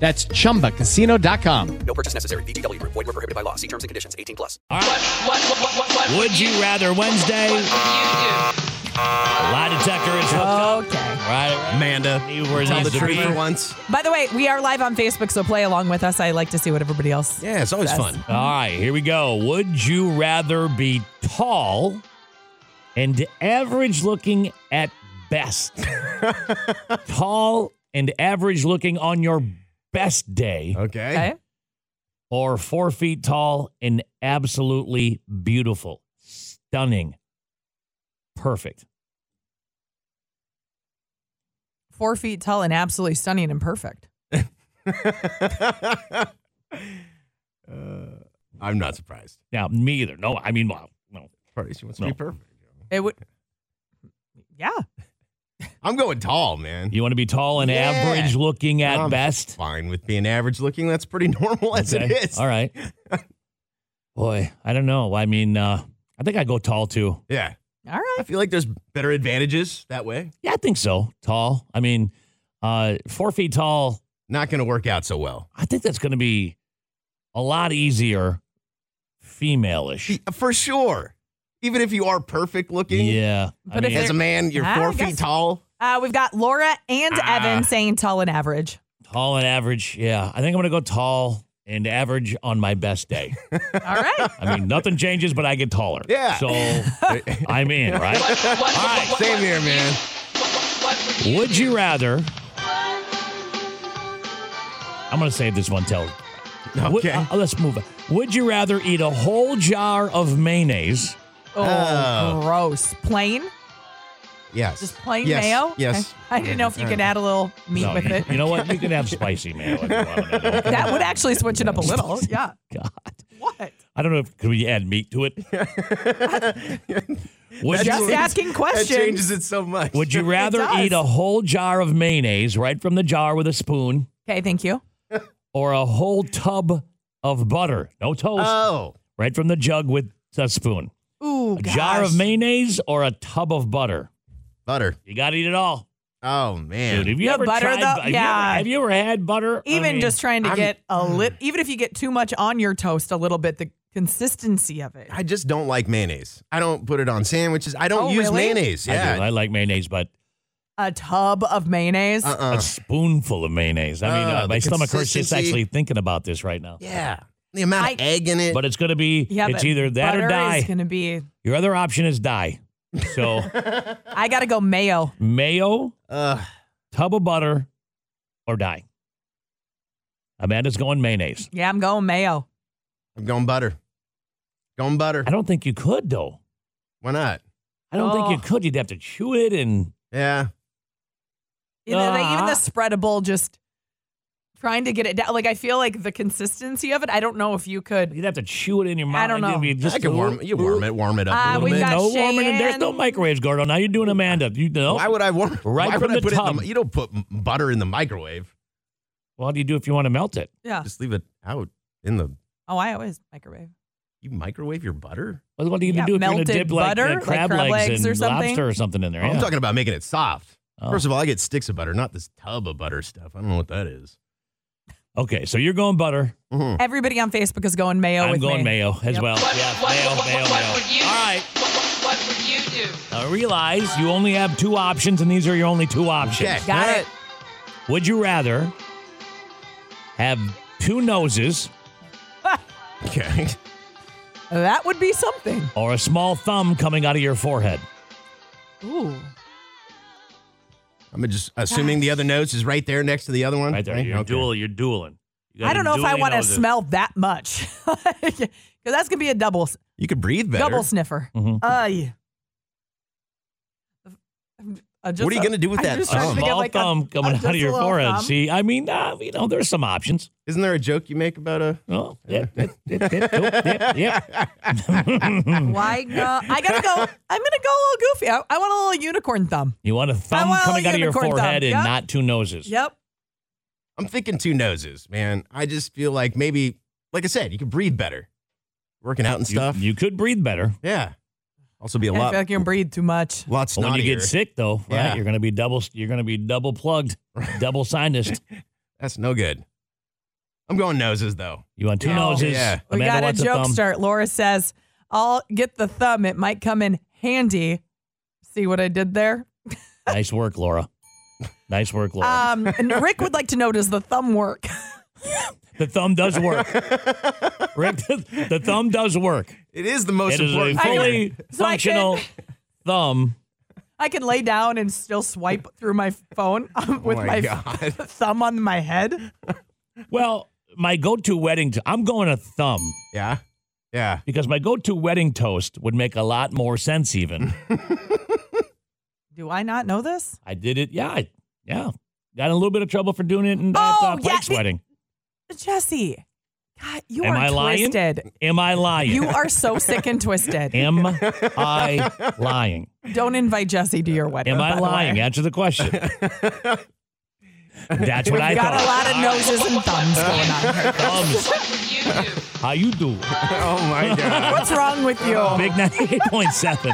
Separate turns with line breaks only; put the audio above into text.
That's ChumbaCasino.com.
No purchase necessary. VGW Group. Void were prohibited by law. See terms and conditions. 18 plus.
All right.
What, what, what, what, what
Would you rather Wednesday?
would you do?
Lie detector is hooked
Okay.
up. Right,
Amanda,
Knew where it
tell the
needs to
truth
be.
for once.
By the way, we are live on Facebook, so play along with us. I like to see what everybody else.
Yeah, it's always
That's-
fun.
All right, here we go. Would you rather be tall and average looking at best? tall and average looking on your best day,
Okay.
Okay.
or four feet tall and absolutely beautiful, stunning, perfect?
Four feet tall and absolutely stunning and perfect.
Uh, I'm not surprised.
Now, me either. No, I mean, well, no.
Party, she wants
No.
to be perfect.
It would. Yeah.
I'm going tall, man.
You want to be tall and
Yeah.
average looking at
I'm
best?
Fine with being average looking. That's pretty normal as
Okay.
it is.
All right. Boy, I don't know. I mean, uh, I think I go tall too.
Yeah.
All
I
right.
feel like there's better advantages that way.
Yeah, I think so. Tall. I mean, uh, four feet tall.
Not going to work out so well.
I think that's going to be a lot easier, female-ish.
For sure. Even if you are perfect looking,
Yeah.
But if
as a man, you're
I
four
guess-
feet tall.
Uh, we've got Laura and
Ah.
Evan saying tall and average.
tall and average. Yeah, I think I'm going to go tall and average on my best day.
All right.
I mean, nothing changes, but I get taller.
Yeah.
So I'm in, right?
What, what,
All right,
what,
Same
what,
here, man.
What would you
Would you rather? I'm going to save this one till Would-
Okay.
uh, let's move. on. Would you rather eat a whole jar of mayonnaise
Oh,
Oh.
gross. Plain?
yes.
Just plain
yes.
mayo?
Yes.
Okay. I didn't know if you
All
could
right.
add a little meat
No,
with
you,
it.
You know what? You can have spicy mayo. If you want it. Okay?
that would actually switch it up a little. Yeah.
God.
What?
I don't know. if Could we add meat to it? would,
Just
you,
asking
That
questions.
changes it so much.
would you rather
does.
eat a whole jar of mayonnaise right from the jar with a spoon,
Okay, thank you.
or a whole tub of butter, no toast,
Uh,
Oh.
right from the jug with a spoon?
Ooh,
A jar of
gosh.
mayonnaise or a tub of butter?
Butter.
You got to eat it all.
Oh
Dude,
man.
have you
The
ever
butter,
tried?
though?
have, you ever-
Yeah.
have you ever had butter? I
Even
mean- mm.
just trying to
I'm-
get a lit, even if you get too much on your toast, a little bit, the consistency of it.
I just don't like mayonnaise. I don't put it on sandwiches. I don't
Oh,
use
really?
mayonnaise.
I do.
Yeah.
I like mayonnaise, but
A tub of mayonnaise.
Uh uh
a spoonful of mayonnaise. I mean,
Oh,
uh, my
the
stomach hurts just
consistency.
actually thinking about this right now.
Yeah. The amount of
I-
egg in it.
But it's going to be,
yeah,
it's
but
either that
butter
or die.
Is gonna be.
Your other option is die. So
I gotta go mayo.
mayo,
Ugh.
tub of butter, or die. Amanda's going mayonnaise.
Yeah, I'm going mayo.
I'm going butter. Going butter.
I don't think you could, though.
Why not?
I don't think you
Oh.
could. You'd have to chew it and
Yeah.
You know, the- even
Ah.
the spreadable, just trying to get it down. Like I feel like the consistency of it. I don't know if you could.
you'd have to chew it in your mouth.
I don't
and
know.
you'd be Just
I can warm you warm it, warm it up
Ah,
a
we've
little bit.
got-
no warming. it. There's
Cheyenne.
no microwave, Gordo. Now you're doing Amanda. You know.
Why would I warm?
Right
why
from
would I
the
put it in
tub.
the, You don't put m- butter in the microwave.
well, how do you do if you want to melt it?
Yeah.
Just leave it out in the.
Oh, I always microwave.
You microwave your butter?
What, what are you
Yeah,
gonna do if you're gonna
melted
dip like,
butter,
uh,
like
crab,
crab
legs,
legs
and
or something?
lobster or something in there?
I'm
yeah.
talking about making it soft.
Oh.
First of all, I get sticks of butter, not this tub of butter stuff. I don't know what that is.
Okay, so you're going butter.
Mhm.
Everybody on Facebook is going mayo
I'm
with
going
me.
mayo as
Yep.
well.
What,
yeah,
what,
mayo,
what,
mayo,
what,
mayo.
what would you do?
All right.
What, what, what would you do?
Now realize you only have two options, and these are your only two options.
Okay.
Got
All
it.
right.
Would you rather have two noses
Okay.
That would be something.
or a small thumb coming out of your forehead.
Ooh.
I'm just assuming the other nose is right there next to the other one.
Right there. Mm-hmm. You're,
Okay.
duel, you're dueling. You
I
gotta
don't know if I
dueling
want to
noses.
smell that much. Because that's going to be a double s-
You could breathe better. Mm-hmm.
double sniffer.
Mhm.
Aye. Uh, just
What are you
a-
gonna do with
I'm
that
just
A
trying to
thumb?
think of,
small
like, a-
thumb coming
uh,
out
just
of
a
your
little
forehead.
thumb.
See, I mean, uh, you know, there's some options.
Isn't there a joke you make about a?
Oh, yep, yep, yep, yep, yep, yep, yep.
Why not? I gotta go. I'm gonna go a little goofy. I, I want a little unicorn thumb.
you want a thumb
want a
coming out of your
unicorn thumb.
forehead and
Yep.
not two noses.
Yep.
I'm thinking two noses, man. I just feel like maybe, like I said, you could breathe better, working out and
You-
stuff.
You, could breathe better.
yeah. Also, be a
I feel
lot.
like you can breathe too much.
Lots
But when you get
naughtier.
sick, though, right?
Yeah.
You're gonna be double. You're gonna be double plugged, double sinused.
That's no good. I'm going noses though.
You want two
No.
noses.
Oh, Yeah.
We
Amanda
got a
wants
joke
thumb.
start. Laura says, "I'll get the thumb. It might come in handy." See what I did there?
Nice work, Laura. Nice work, Laura.
Um, and Rick would like to know: Does the thumb work?
the thumb does work. Rick, the, the thumb does work.
It is the most
It is a
important. thing.
fully
So I
functional thumb.
I can lay down and still swipe through my phone um, with
Oh my
my,
God.
thumb on my head.
Well, my go-to wedding. i I'm going a thumb
Yeah. Yeah.
because my go-to wedding toast would make a lot more sense. Even
Do I not know this?
I did it. Yeah, I, yeah. Got in a little bit of trouble for doing it in that uh,
Oh, yeah,
Blake's
it-
wedding.
Jesse, God, you
Am
are
I lying?
twisted.
Am I lying?
You are so sick and twisted.
Am I lying?
Don't invite Jesse to your wedding.
Am
by
I
the
lying?
way.
Answer the question. That's what I
Got
thought.
a lot of noses and thumbs going on. here.
Thumbs.
What would you do?
How you do?
Oh my god.
What's wrong with you?
Big ninety-eight point seven.